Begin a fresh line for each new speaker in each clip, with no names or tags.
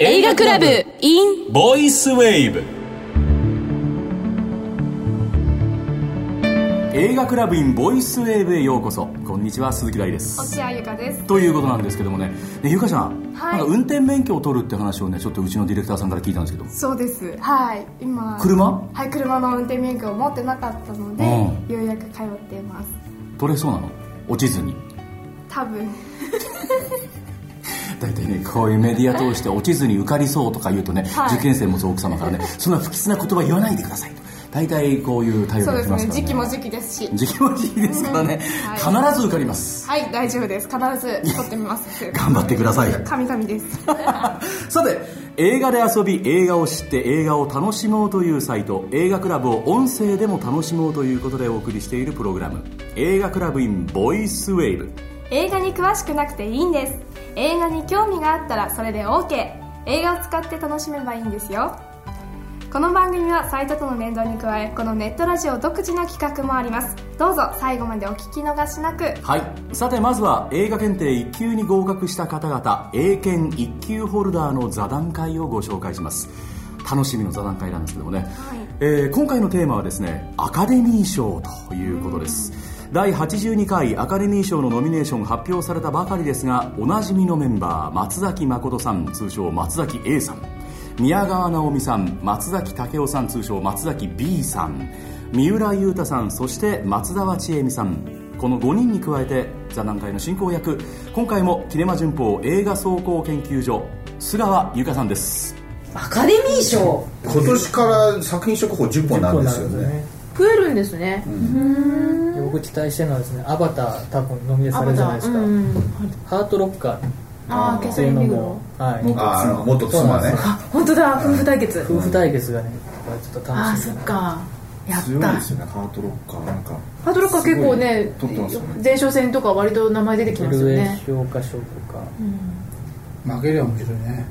映画クラブ in
ボイスウェーブ映画クラブ in ボイスウェーブへようこそこんにちは鈴木大です
落合ゆかです
ということなんですけどもねねゆかちゃん,、
はい
なんか運転免許を取るって話をねちょっとうちのディレクターさんから聞いたんですけど
そうですはい今
車
はい車の運転免許を持ってなかったので、
う
ようやく通っています
取れそうなの落ちずに
多分
大体ねこういうメディア通して落ちずに受かりそうとか言うとね、
はい
受験生もそう奥様からねそんな不吉な言葉言わないでくださいと大体こういう対応
そう
が来
です
ま
ね
すから
時期も時期ですし
時期も時期ですからね、
うん
必ず受かります
はい大丈夫です必ず取ってみます
頑張ってください
神々です
さて映画で遊び映画を知って映画を楽しもうというサイト映画クラブを音声でも楽しもうということでお送りしているプログラム映画クラブ in ボイスウェーブ
映画に詳しくなくていいんです映画に興味があったらそれで OK 映画を使って楽しめばいいんですよこの番組はサイトとの連動に加えこのネットラジオ独自の企画もありますどうぞ最後までお聞き逃しなく
はいさてまずは映画検定1級に合格した方々英検1級ホルダーの座談会をご紹介します楽しみの座談会なんですけどもね、えー今回のテーマはですねアカデミー賞ということです、第82回アカデミー賞のノミネーション発表されたばかりですがおなじみのメンバー松崎誠さん通称松崎 A さん宮川直美さん松崎武雄さん通称松崎 B さん三浦雄太さんそして松沢千恵美さんこの5人に加えて座談会の進行役今回もキネマ旬報映画総合研究所菅川由香さんです
アカデミー賞
今年から作品速報10本なんですよ
結構
ね
増えるんですね、
なんですよね僕期待してるのはですね「アバター」多分ノミネートされるじゃないですか、ハートロッカ
ああ
ーっ
決
ていう
戦
の
リーグ
も
の、
はい、
ああの元妻ね
本当だ夫婦対決
夫婦対決がねこれちょっと
あ
楽
あ
し
そ
み
っ
だな
かやった
強いですよねハートロッカーなんか
ハードロッカー結構ね
すごい取ってますよね
前哨戦とか割と名前出てきますよ
ノルウェ
ね
ー評価証拠か、
負けりゃ面白いね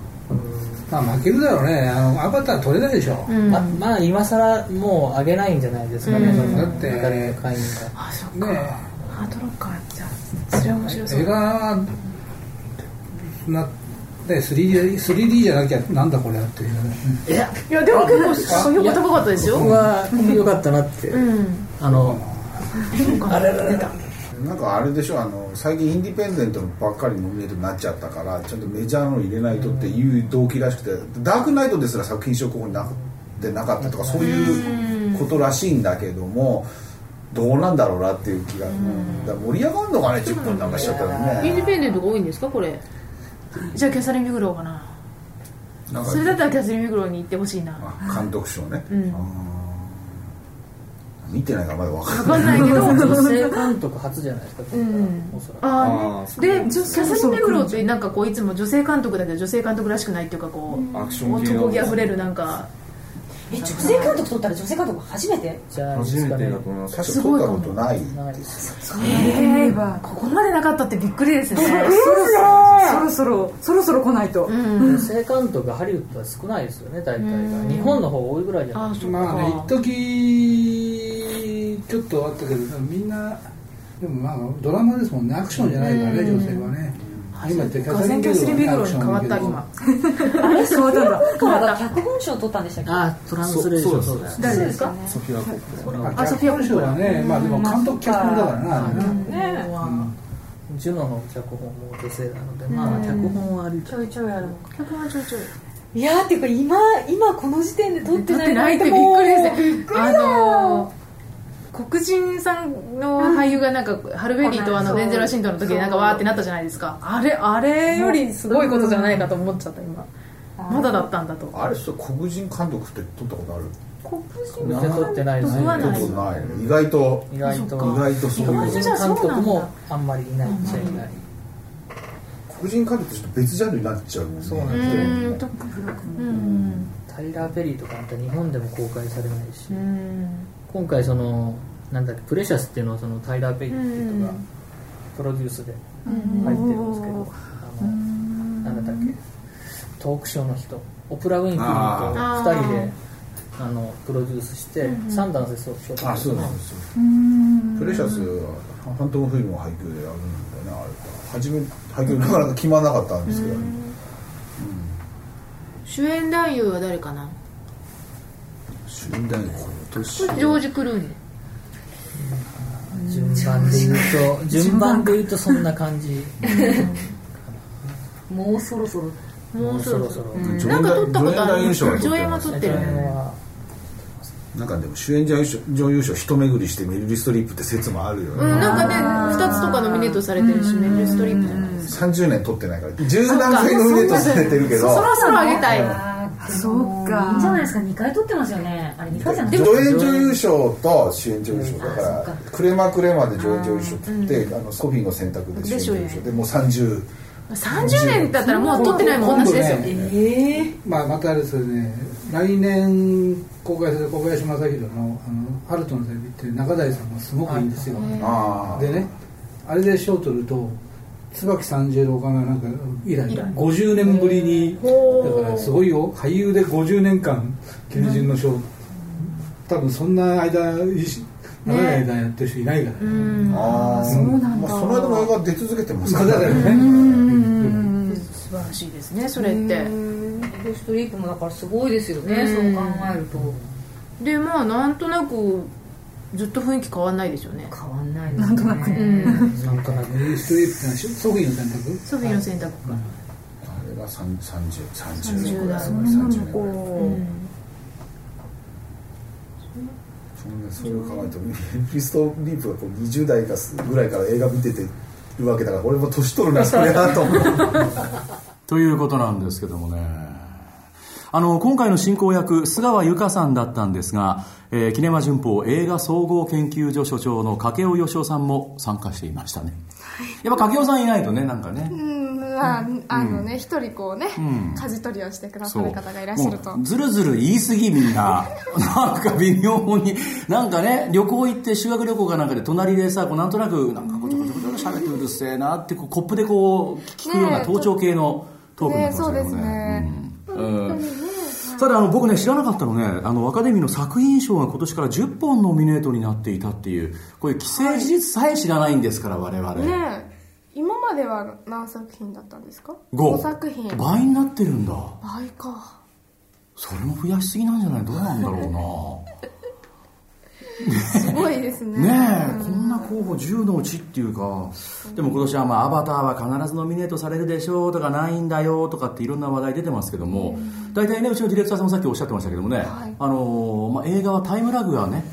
まあ負けるだろうねあのアバター取れないでしょ、
うん
ままあ今さらもう上げないんじゃないですかね、
うん
その
だって
明るい会員が
あそっ
ね
ハードロッカーじゃあそれは面白そ
映
う
画なで 3D, 3D じゃなきゃなんだこれだっていうね
いやでも結構評価高かったですよ
僕は良かったなって、
うん
あのあれれれ
なんかあれでしょあの最近インディペンデントばっかりノミネートになっちゃったからちょっとメジャーの入れないとっていう動機らしくてダークナイトですら作品賞候補になってなかったとかそういうことらしいんだけどもどうなんだろうなっていう気がだから盛り上がるのかね10本なんかしちゃったら
インデ
ね
ィペンデントが多いんですかこれじゃあキャサリン・ビグローかな
なんか
それだったらキャサリン・ビグローに行ってほしいな
あ監督賞ね、
ん
あー見てないからまだ分かんない
分かんないけ ど
女性監督初じゃないですか、
ん
おそらく
あ
あー
あ
そう
でキャサリン・ベグローってなんかこういつも女性監督だけど女性監督らしくないっていうかこう
アクション系の
男気あふれるなんか
え女性監督取ったら女性監督初めて
じゃあ
初めてだと思います
確か撮ったことないですよ
ええば
ここまでなかったってびっくりですね
そろそろそろそろ来ないと
女性監督がハリウッドは少ないですよね大体が日本の方が多いぐらいじゃない
ああそっ
まあね一
か
時ちょっとあったけどみんなでもまあドラマですもんねアクションじゃないからね女性はね今ってキャ
ガ
サリ
セ
ン・
ンキャサリン・
ビ
ベグ
グロ
ロ
ー
ーに変わった今
あれそうなんだ
変わった
脚本賞取ったんでしたっけ
あトランスレーションそうですね
誰ですか
ソフィア・コップ
アソフィア・賞はねまあでも監督脚本だからなあれね
ねえ
ジュノの脚本も女性なのでまあ脚本はあり
ちょいちょいあるのか
脚本はちょいちょい
いやーっていうか今今この時点で取って
撮
な
って
い
ないってびっ
もう
くりですねあ
よ
の黒人さんの俳優がなんかハルベリーとあのデンゼル・ワシントンの時でなんかわーってなったじゃないですかあれあれよりすごいことじゃないかと思っちゃった今まだだったんだと
あれそう黒人監督って撮ったことある
黒人
全然撮ってないです
撮ら
撮
ない
ったことない意外と
意外と
意外とそう
黒
い
人
う
じゃあそうな
監
んだ
督もあんまりいないじゃいない
黒人監督として別ジャンルになっちゃうもんね
そうなん
う
で
ーんとうん
タイラー・ペリーとかまた日本でも公開されないし
うん
今回そのなんだっけプレシャスっていうのはそのタイラー・ペリーっていう人が
うん
プロデュースで入ってるんですけどあのなんだったっけトークショーの人オプラ・ウィンフリーと2人であのプロデュースして三段でそう賞を取
あそうなんですよプレシャスはファントムフィルムを配給でやるんだよねあれ初め配給なかなか決まらなかったんですけど、うん
主演男優は誰かな
主演男優今年
ジョージ・クルーニー
順番で言うと順番で言うとそんな感じ
もうそろそろ
もうそろそろ
もうそろそろ
うんなんか撮ったことあ
助演男優
る
賞は撮ってますね
上演は撮ってる
は
なんかでも主演女優賞女優賞一巡りしてメリル・ストリップって説もあるよ
う
ね、
んなんかね2つとかノミネートされてるしメリル・ストリップじゃないですか
30年撮ってないから十何回ノミネートされてるけど
そろそろあげたい
あそうかいいんじゃないですか2回撮ってますよねあれ2回じゃない
助演女優賞と主演女優賞だか
あそ
ら
っ
クレマクレマで助演女優賞取って、あのソフィーの選択で主演女優賞でもう30
30年だったらもう撮ってないもん同じですよ
今度ね
ええ
まあ、またあれですよね来年公開する小林正弘の「あのハルトの旅」っていう中台さんがすごくいいんですよ、
ああ
でねあれで賞を取ると椿三十郎がなんか以来50年ぶりにだからすごいよ俳優で50年間求人の賞多分そんな間いし長い間やってる人いないからね
ああそうなんだ、まあ、その間も映画出続けてます
そ
か
う
ら
だからね
素晴らしいですねそれって
メリル・ストリップもだからすごいですよねそう考えると
でまあなんとなくずっと雰囲気変わんないですよね
変わんないなんとなくね
なんとなく
ストリップなソフィーの選択
ソフィーの選択か
あれが3030 30年ぐらい
そ
30
ん
年ぐらい
うん
そんなそれを考えるとメリストリープがこう20代かすぐらいから映画見ててるわけだから俺も年取るなそれなと思う
ということなんですけどもねあの今回の進行役須川由香さんだったんですが、えー、キネマ旬報映画総合研究所所長の掛尾義雄さんも参加していましたね、やっぱ掛尾さんいないとねなんかね、
うんまああのね一人こうね
ん
舵取りをしてくださ
そう
る方がいらっしゃると
もうずるずる言い過ぎみん ななんか微妙になんかね旅行行って修学旅行かなんかで隣でさこうなんとなくなんかごちょごちょごちょごちょ喋ってうるせえなってこうコップでこう聞くような
ねえ
盗聴系のトークになってましたけどね
ね
うんうんただあの僕ね知らなかったのねあのアカデミーの作品賞が今年から10本ノミネートになっていたっていうこういう既成事実さえ知らないんですから我々、
ねえ今までは何作品だったんですか
五
作品
倍になってるんだ
倍か
それも増やしすぎなんじゃないどうなんだろうな
すごいですね
ねえ、こんな候補10のうちっていうかでも今年は、まあ「アバター」は必ずノミネートされるでしょうとかないんだよとかっていろんな話題出てますけども大体ねうちのディレクターさんもさっきおっしゃってましたけどもね、あのーまあ、映画はタイムラグがね、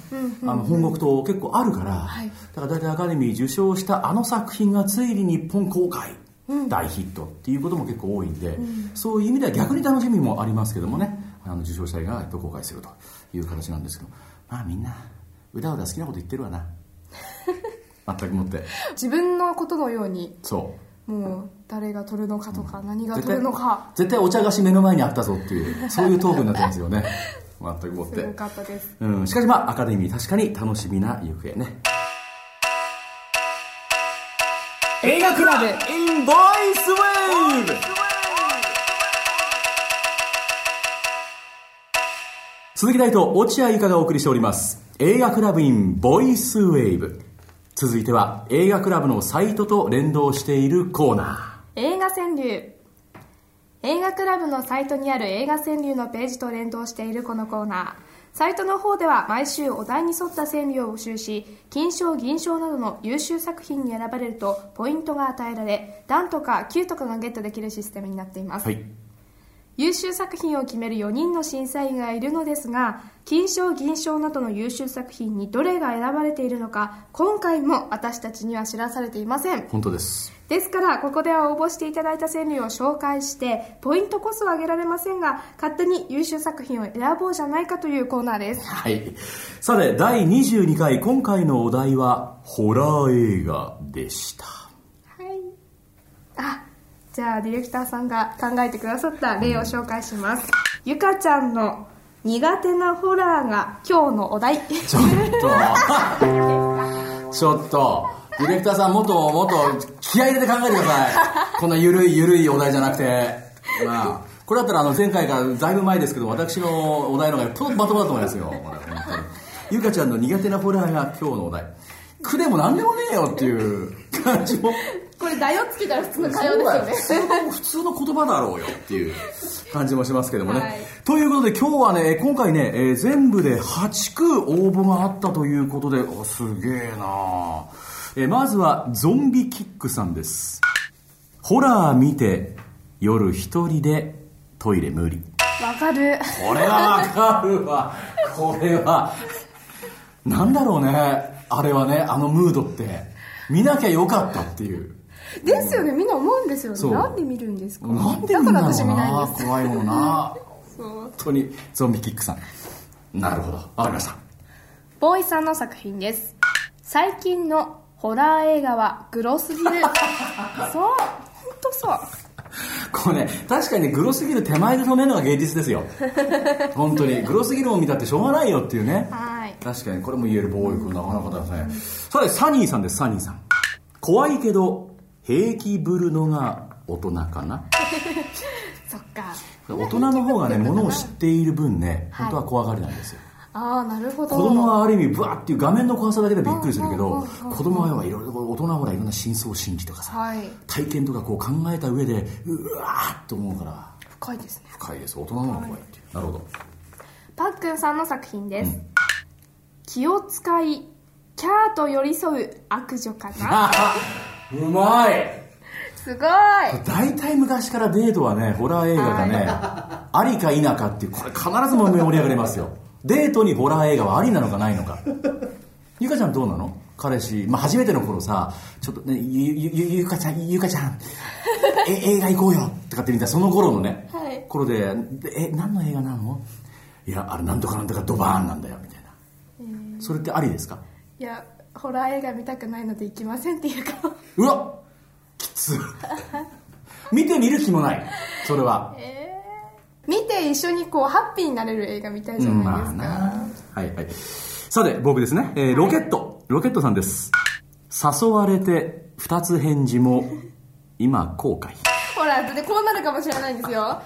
あの本国と結構あるから、
い
だから大体アカデミー受賞したあの作品がついに日本公開、大ヒットっていうことも結構多いんで、そういう意味では逆に楽しみもありますけどもねあの受賞者映画が公開するという形なんですけどまあみんなうだうだ好きなこと言ってるわな全くもって
自分のことのように
そう
もう誰が取るのかとか何が取るのか
絶対お茶菓子目の前にあったぞっていうそういうトークになってますよね 全くもっ
すご
て、
かったです
うん、しかしまあアカデミー確かに楽しみな行方ね映画クラブ in ボイスウェーブ鈴木大と落合由香がお送りしております映画クラブ in ボイスウェーブ続いては映画クラブのサイトと連動しているコーナー
映画川柳映画クラブのサイトにある映画川柳のページと連動しているこのコーナーサイトの方では毎週お題に沿った川柳を募集し金賞銀賞などの優秀作品に選ばれるとポイントが与えられ段とか9とかがゲットできるシステムになっています、
はい
優秀作品を決める4人の審査員がいるのですが金賞銀賞などの優秀作品にどれが選ばれているのか今回も私たちには知らされていません
本当です
ですからここでは応募していただいた川柳を紹介してポイントこそ上げられませんが勝手に優秀作品を選ぼうじゃないかというコーナーです
はい。さて、第22回、今回のお題は、ホラー映画でした。
はいあじゃあディレクターさんが考えてくださった例を紹介しますゆかちゃんの苦手なホラーが今日のお題
ちょっと、 ちょっと、ディレクターさん、もっともっと気合い入れて考えてください。こんなゆるいゆるいお題じゃなくて。まあ、これだったらあの前回からだいぶ前ですけど、私のお題の方がよっぽどまともだと思いますよ。これ本当にゆかちゃんの苦手なホラーが今日のお題。苦でも何でもねえよっていう感じも。
これ「だよ」つけたら普通の
そうだよ普通の言葉だろうよっていう感じもしますけどもね。
はい
ということで今日はね、今回ね、えー全部で8区応募があったということで、おすげえなあえーまずはゾンビキックさんです。ホラー見て夜一人でトイレ無理。
わかる
これはわかるわ。これは。なんだろうね。あれはね、あのムードって。見なきゃよかったっていう。
ですよねみんな思うんですよ
そ
ね
う
なんで見るんですか
なんで
だ
見ん
から
だろ
私
う
見ないん
な
です
怖いものな。
そう
本当にゾンビキックさん。なるほど。わかりました。
ボーイさんの作品です最近のホラー映画はグロす ぎるそう本当そう
これね、確かにねグロすぎる手前で止めるのが芸術です よ。本当に。グロすぎるもん見たってしょうがないよっていうね。
はい
確かにこれも言えるボーイ君なかなかだね。さて、サニーさんです、サニーさん。怖いけど、平気ぶるのが大人かな。
そっか
大人の方がね、ものを知っている分ね、本当は怖がりなんですよ。
ああなるほど
子供はある意味、ブワーっていう画面の怖さだけでびっくりするけど、子供は要はいろいろ、大人はほらいろんな真相心理とかさ、
はい
体験とかこう考えた上で、うわーっと思うから、
深いですね
深いです。大人の方が怖いっていう。なるほど。
パックンさんの作品です、
うん
気を使いキャーと寄り添う悪女かな
あ うまい
すごい
大体昔からデートはねホラー映画がねありか否かっていうこれ必ずも盛り上がりますよデートにホラー映画はありなのかないのかゆかちゃんどうなの彼氏、まあ、初めての頃さちょっとねゆゆゆゆかちゃんゆかちゃんえ映画行こうよとかってみたいなその頃のね、
はい
頃ででえ何の映画なのいやあれなんとかなんとかドバーンなんだよみたいな、それってありですか
いやホラー映画見たくないので行きませんっていうか
うわきつ 見てみる気もないそれは
見て一緒にこうハッピーになれる映画みたいじゃ
うん
ないで
ます
か、
あなはいはいさて僕ですね、えーロケットロケットさんです誘われて2つ返事も今後悔
ほらだってこうなるかもしれないんです よ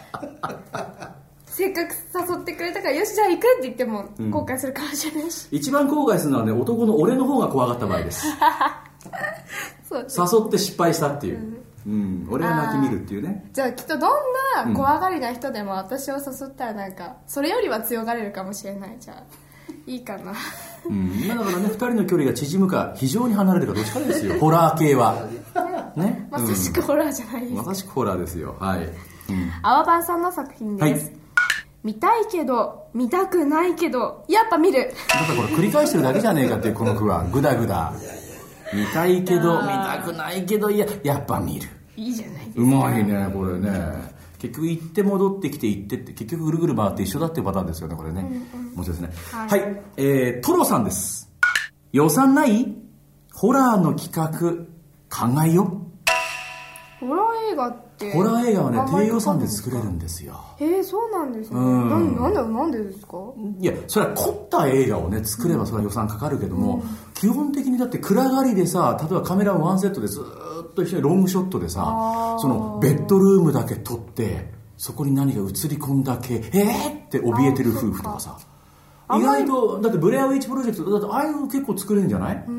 せっかく誘ってくれたからよしじゃあ行くって言っても後悔するかもしれないし、
一番後悔するのはね男の俺の方が怖がった場合です
そう
誘って失敗したっていう、うん、俺が泣き見るっていうね
じゃあきっとどんな怖がりな人でも私を誘ったらなんかそれよりは強がれるかもしれないじゃあいいかな
うん、まあだからね2人の距離が縮むか非常に離れるかどっちかですよホラー系 はね
まさしくホラーじゃないです
まさしくホラーですよはい、うん
青葉さんの作品
はい
です、見たいけど見たくないけどやっぱ見る
だからこれ繰り返してるだけじゃねえかっていうこの句はグダグダ見たいけど見たくないけどいややっぱ見る
いいじゃないですか
うまいねこれね結局行って戻ってきて行ってって結局ぐるぐる回って一緒だっていうパターンですよねこれね、面白いですねはい、えー、トロさんです予算ないホラーの企画考えよ
ホラー映画って
ホラー映画はね
あんまり
低予算で作れるんですよ
えー、そうなんですね
うん
なんなんでなんでですか
いやそれは凝った映画をね作ればそれは予算かかるけども、基本的にだって暗がりでさ例えばカメラをワンセットでずーっと一緒にロングショットでさそのベッドルームだけ撮ってそこに何が映り込んだ系えーって怯えてる夫婦とかさ意外とだってブレアウィッチプロジェクトだってああいうの結構作れるんじゃないう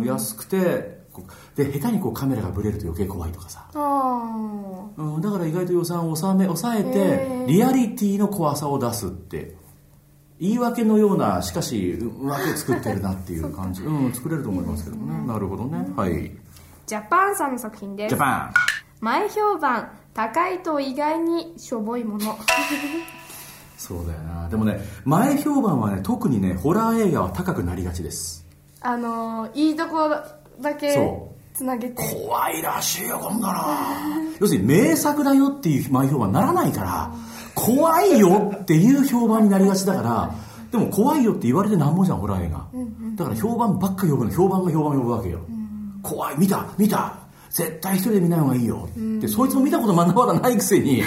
ん、安くてこうで下手にこうカメラがブレると余計怖いとかさ、
あ
うん、だから意外と予算を抑め抑え
へ
てリアリティの怖さを出すって言い訳のようなしかしう訳を作ってるなっていう感じうん作れると思いますけどねなるほどねはい
あジャパンさんの作品で
ジ
す
ャパン
前評判高いと意外にしょぼいもの
そうだよなでもね前評判はね特にねホラー映画は高くなりがちです
あのーいいとこだけ
そ
つなげて
怖いらしいよこんなの要するに名作だよっていう前評判にならないから怖いよっていう評判になりがちだからでも怖いよって言われてなんぼじゃんホラー映画だから評判ばっか呼ぶの評判が評判呼ぶわけよ怖い見た見た絶対一人で見ない方がいいよってそいつも見たことまだまだないくせ に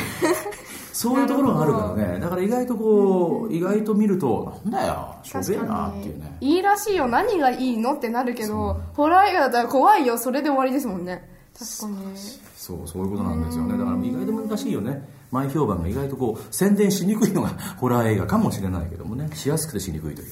そういうところがあるからねだから意外とこう意外と見るとなんだよしょべえなっていうね
いいらしいよ何がいいのってなるけどホラー映画だったら怖いよそれで終わりですもんね確かに
そうそういうことなんですよねだから意外と難しいよね前評判が意外とこう宣伝しにくいのが ホラー映画かもしれないけどもねしやすくてしにくいという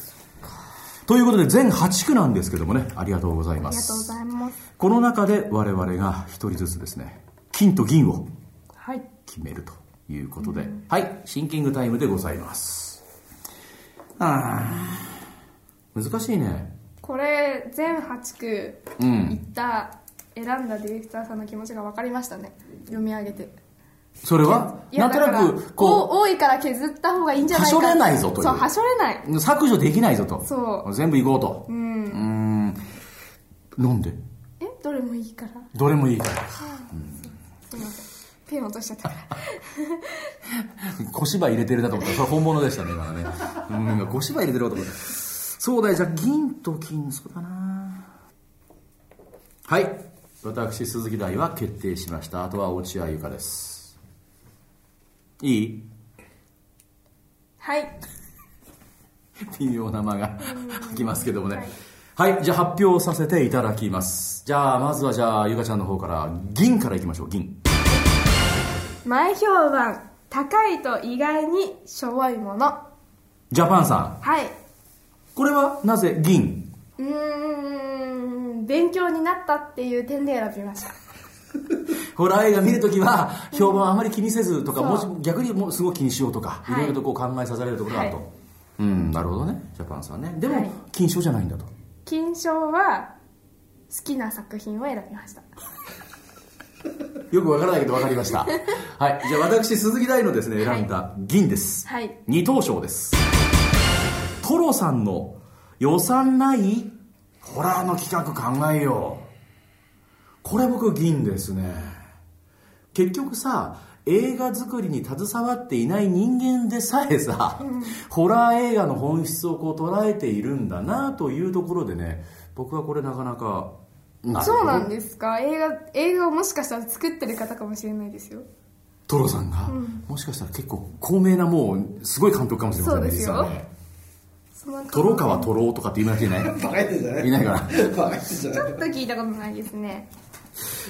ということで全8区なんですけどもねありがとうございま
ありが
す
とうございます
この中で我々が1人ずつですね金と銀を
はい
決めるということで、はいシンキングタイムでございますあー難しいね
これ全8区
うん
行った選んだディレクターさんの気持ちが分かりましたね読み上げて
それはいな
や
んと
だか
な
ら
く
お
こ
多いから削った方がいいんじゃないか
はしょれないぞという
そうはしょれないう
削除できないぞと
そう
全部いこうと
うん
うーんなんで
えどれもいいから
どれもいいから
すいませんペン落としちゃったから
小芝居入れてるなと思ったそれ本物でしたね今のねうん今小芝居入れてるなと思ったそうだよじゃあ銀と金そうだなはい私鈴木大は決定しましたあとは落合ゆかですいい
はい
微妙な間が空きますけどもねはいじゃあ発表させていただきますじゃあまずはじゃあゆかちゃんの方から銀からいきましょう銀
前評判高いと意外にしょぼいものは
ジャパンさん
い
これはなぜ銀
うーん勉強になったっていう点で選びました
ホラー映画見るときは評判あまり気にせずとか、
うん
もし逆にもうすごく気にしようとか、
はい
い、ろいろとこう考えさせられるところがあると、
はい
うんなるほどねジャパンさんねでも、
はい
金賞じゃないんだと
金賞は好きな作品を選びました
よくわからないけどわかりま したはいじゃあ私鈴木大のですね選んだ銀です、
はい
二等賞ですトロさんの予算ないホラーの企画考えようこれ僕銀ですね結局さ映画作りに携わっていない人間でさえさ、ホラー映画の本質をこう捉えているんだなというところでね僕はこれなかなかなるほど
そうなんですか映画映画をもしかしたら作ってる方かもしれないですよ
トロさんが、もしかしたら結構高名なもうすごい監督かもしれませんね
そうです
実
よ
はね
その
トロ川トロとかって言う人いない
バカ言ってんじゃない
いないから
バカ言ってんじゃない
ちょっと聞いたことないですね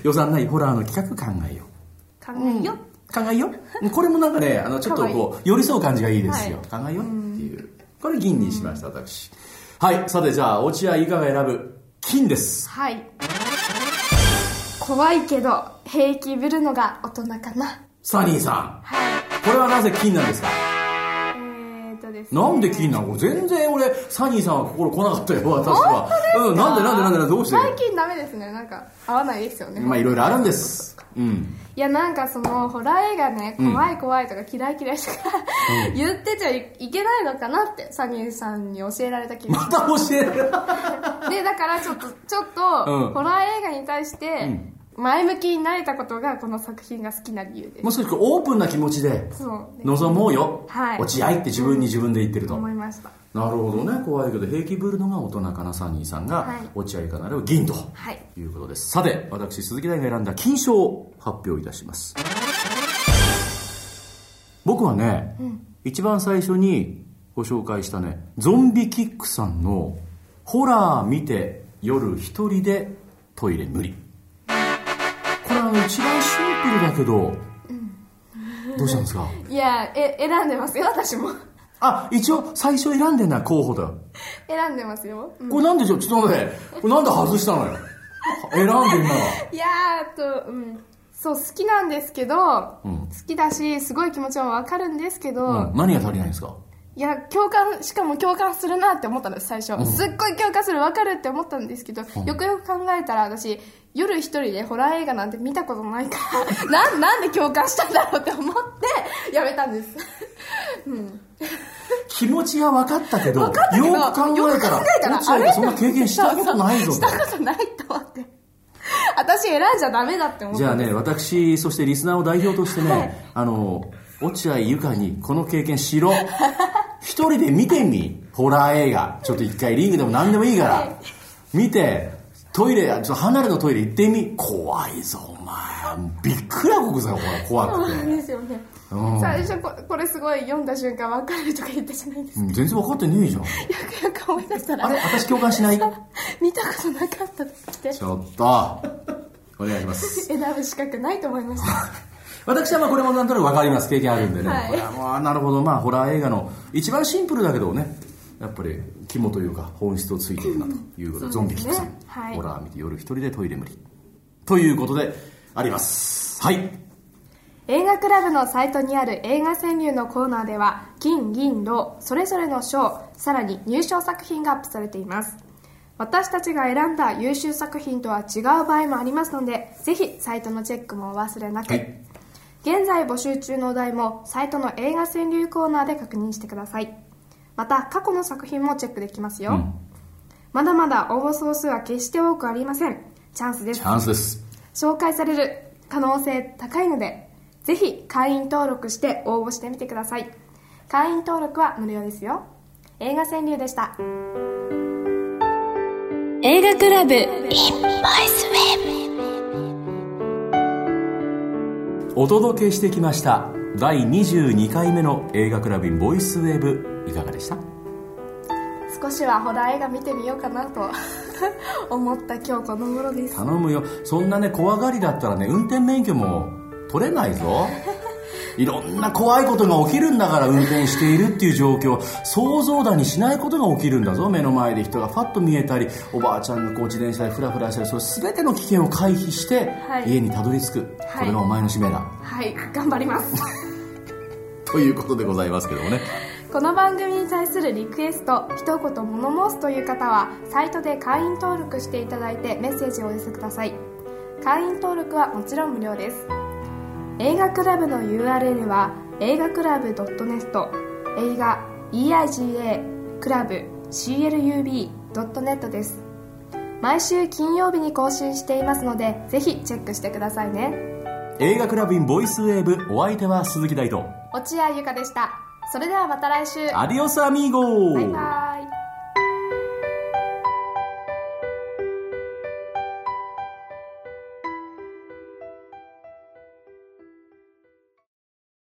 予算ないホラーの企画考えよ
考えよ、
う考えようこれもなんかねあのちょっと
か
こう寄り添う感じがいいですよ、考えようっていうこれ銀にしました私はいさてじゃあ落合いかが選ぶ金です
はい怖いけど平気ぶるのが大人かな
サニーさ
はい
んこれはなぜ金なんですか
えー、っとですね
なんで金なのこれ全然俺サニーさんは心来なかったよ私はうんなんでなんでなんでなんでどうして
最近ダメですねなんか合わないですよね
まあいろいろあるんですうん
いやなんかそのホラー映画ね怖い怖いとか嫌い嫌いとか、言ってちゃいけないのかなってサニーさんに教えられた気が
また教える
でだからちょっとちょっと、
うん
ホラー映画に対して前向きになれたことがこの作品が好きな理由です、
もう少しこうオープンな気持ちで
そうね
望もうよ、
はい
落合って自分に自分で言ってると、
思いました
なるほどね怖いけど平気ぶるのが大人かなサニーさんが、
はい
落合かなれば銀と
はい
いうことですさて私鈴木大が選んだ金賞を発表いたします僕はね、一番最初にご紹介したねゾンビキックさんの「ホラー見て夜一人でトイレ無理」これあの一番シンプルだけど、どうしたんですか
いやえ選んでますよ私も
あ一応最初選んでんな候補だ
選んでますよ、うん
これなんでしょうちょっと待ってこれなんで外したのよ選んでんない
やーとうんそう好きなんですけど、
ん
好きだしすごい気持ちもわかるんですけど、
うん、何が足りないんですか
いや共感しかも共感するなって思ったんです最初、すっごい共感するわかるって思ったんですけど、よくよく考えたら私夜一人でホラー映画なんて見たことないから なんなんで共感したんだろうって思ってやめたんです
気持ちが分かったけど
分かったけど
よく考えたら
よく考えたら
落合
あ
が
れ
そんな経験したことないぞ
し
と
たことないと思って私選んじゃダメだって思った
じゃあね私そしてリスナーを代表としてね、あの落合ゆかにこの経験し ろ一人で見てみホラー映画ちょっと一回リングでも何でもいいから、見てトイレちょっと離れのトイレ行ってみ怖いぞお前びっくらこくぞこれ怖
そう
く
な
て
んですよね、
うん
最初ここれすごい読んだ瞬間分かるとか言ったじゃないです
うん全然分かってねえじゃん
かよくよく思い出した
あ
ら
れ私共感し ない
見たことなかったですって
ちょっとお願いします
選ぶ資格ないと思いました
私はまあこれもなんとなく分かります経験あるんでね、
はい
これはもうあなるほどまあホラー映画の一番シンプルだけどねやっぱり肝というか本質をついているなということでゾンビキックさん、
はい
ホラー見て夜一人でトイレ無理ということでありますはい
映画クラブのサイトにある映画川柳のコーナーでは金銀銅それぞれの賞さらに入賞作品がアップされています私たちが選んだ優秀作品とは違う場合もありますのでぜひサイトのチェックもお忘れなく、
はい
現在募集中のお題もサイトの映画川柳コーナーで確認してくださいまた過去の作品もチェックできますよ、
うん
まだまだ応募総数は決して多くありませんチャンスです
チャンスです
紹介される可能性高いのでぜひ会員登録して応募してみてください会員登録は無料ですよ映画川柳でした
映画クラブ
お届けしてきました第22回目の映画クラブインボイスウェーブいかがでした
少しはホラー映画見てみようかなと 思った今日この頃です
頼むよそんなね怖がりだったらね運転免許も取れない ぞいろんな怖いことが起きるんだから運転しているっていう状況想像だにしないことが起きるんだぞ目の前で人がファッと見えたりおばあちゃんがこう自転車でフラフラしたりそれ全ての危険を回避して、
はい
家にたどり着く、
はい
これがお前の使命だ
はい頑張ります
ということでございますけどもね
この番組に対するリクエスト一言物申すという方はサイトで会員登録していただいてメッセージをお寄せください会員登録はもちろん無料です映画クラブの URL は映画クラブ .net 映画 EIGA クラブ CLUB.net です毎週金曜日に更新していますのでぜひチェックしてくださいね
映画クラブインボイスウェーブお相手は鈴木大と
落合ゆかでしたそれではまた来週
アディオスアミーゴ
バイバイ